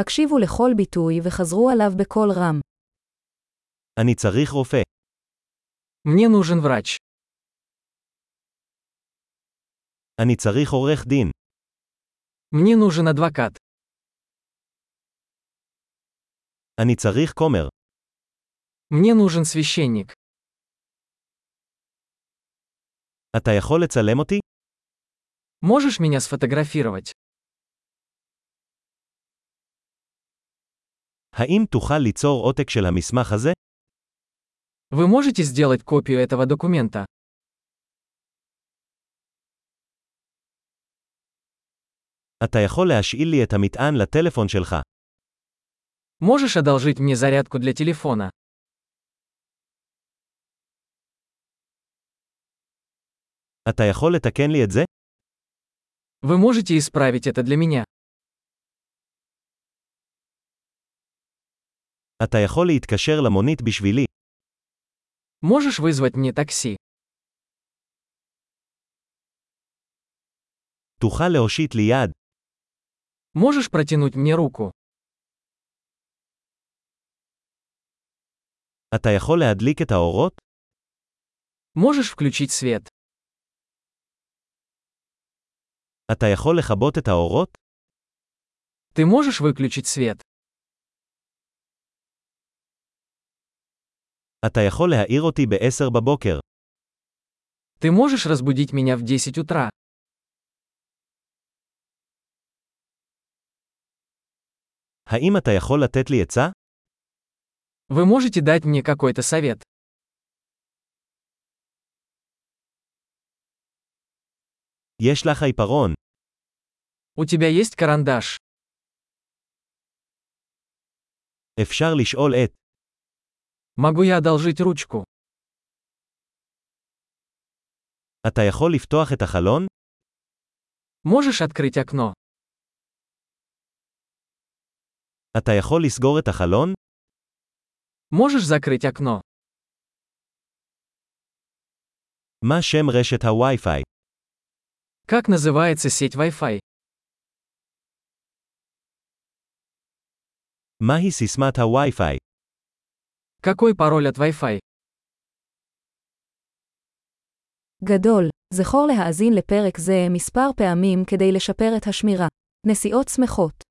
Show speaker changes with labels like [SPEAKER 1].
[SPEAKER 1] הקשיבו לכל ביטוי וחזרו עליו בקול רם.
[SPEAKER 2] אני צריך רופא.
[SPEAKER 3] Мне нужен врач.
[SPEAKER 2] אני צריך עורך דין.
[SPEAKER 3] Мне нужен адвокат.
[SPEAKER 2] אני צריך כומר.
[SPEAKER 3] Мне нужен священник.
[SPEAKER 2] אתה יכול לצלם אותי?
[SPEAKER 3] Можешь меня сфотографировать?
[SPEAKER 2] האם תוכל ליצור עותק של המסמך הזה?
[SPEAKER 3] Вы можете сделать копию этого документа?
[SPEAKER 2] אתה יכול להשאיל לי את המטען לטלפון שלך.
[SPEAKER 3] Можешь одолжить мне зарядку для телефона?
[SPEAKER 2] אתה יכול לתקן לי את זה?
[SPEAKER 3] Вы можете исправить это для меня?
[SPEAKER 2] אתה יכול להתקשר למונית בשבילי.
[SPEAKER 3] Можешь вызвать мне такси?
[SPEAKER 2] תוכל להושיט לי יד.
[SPEAKER 3] Можешь протянуть мне руку?
[SPEAKER 2] אתה יכול להדליק את האורות?
[SPEAKER 3] Можешь включить свет?
[SPEAKER 2] אתה יכול לכבות את האורות?
[SPEAKER 3] Ты можешь выключить свет?
[SPEAKER 2] אתה יכול להעיר אותי ב-10 בבוקר.
[SPEAKER 3] Ты можешь разбудить меня в 10 утра?
[SPEAKER 2] האם אתה יכול לתת לי עצה?
[SPEAKER 3] Вы можете дать мне какой-то совет?
[SPEAKER 2] יש לך עיפרון.
[SPEAKER 3] У тебя есть карандаш?
[SPEAKER 2] אפשר לשאול את.
[SPEAKER 3] Могу я одолжить ручку?
[SPEAKER 2] אתה יכול לפתוח את החלון?
[SPEAKER 3] Можешь открыть окно?
[SPEAKER 2] אתה יכול לסגור את החלון?
[SPEAKER 3] Можешь закрыть окно?
[SPEAKER 2] מה שם רשת הווי-פיי?
[SPEAKER 3] Как называется сеть Wi-Fi?
[SPEAKER 2] מהי סיסמת הווי-פיי?
[SPEAKER 3] Какой пароль от Wi-Fi?
[SPEAKER 1] גדול, זכור להאזין לפרק זה מספר פעמים כדי לשפר את השמירה. נסיעות שמחות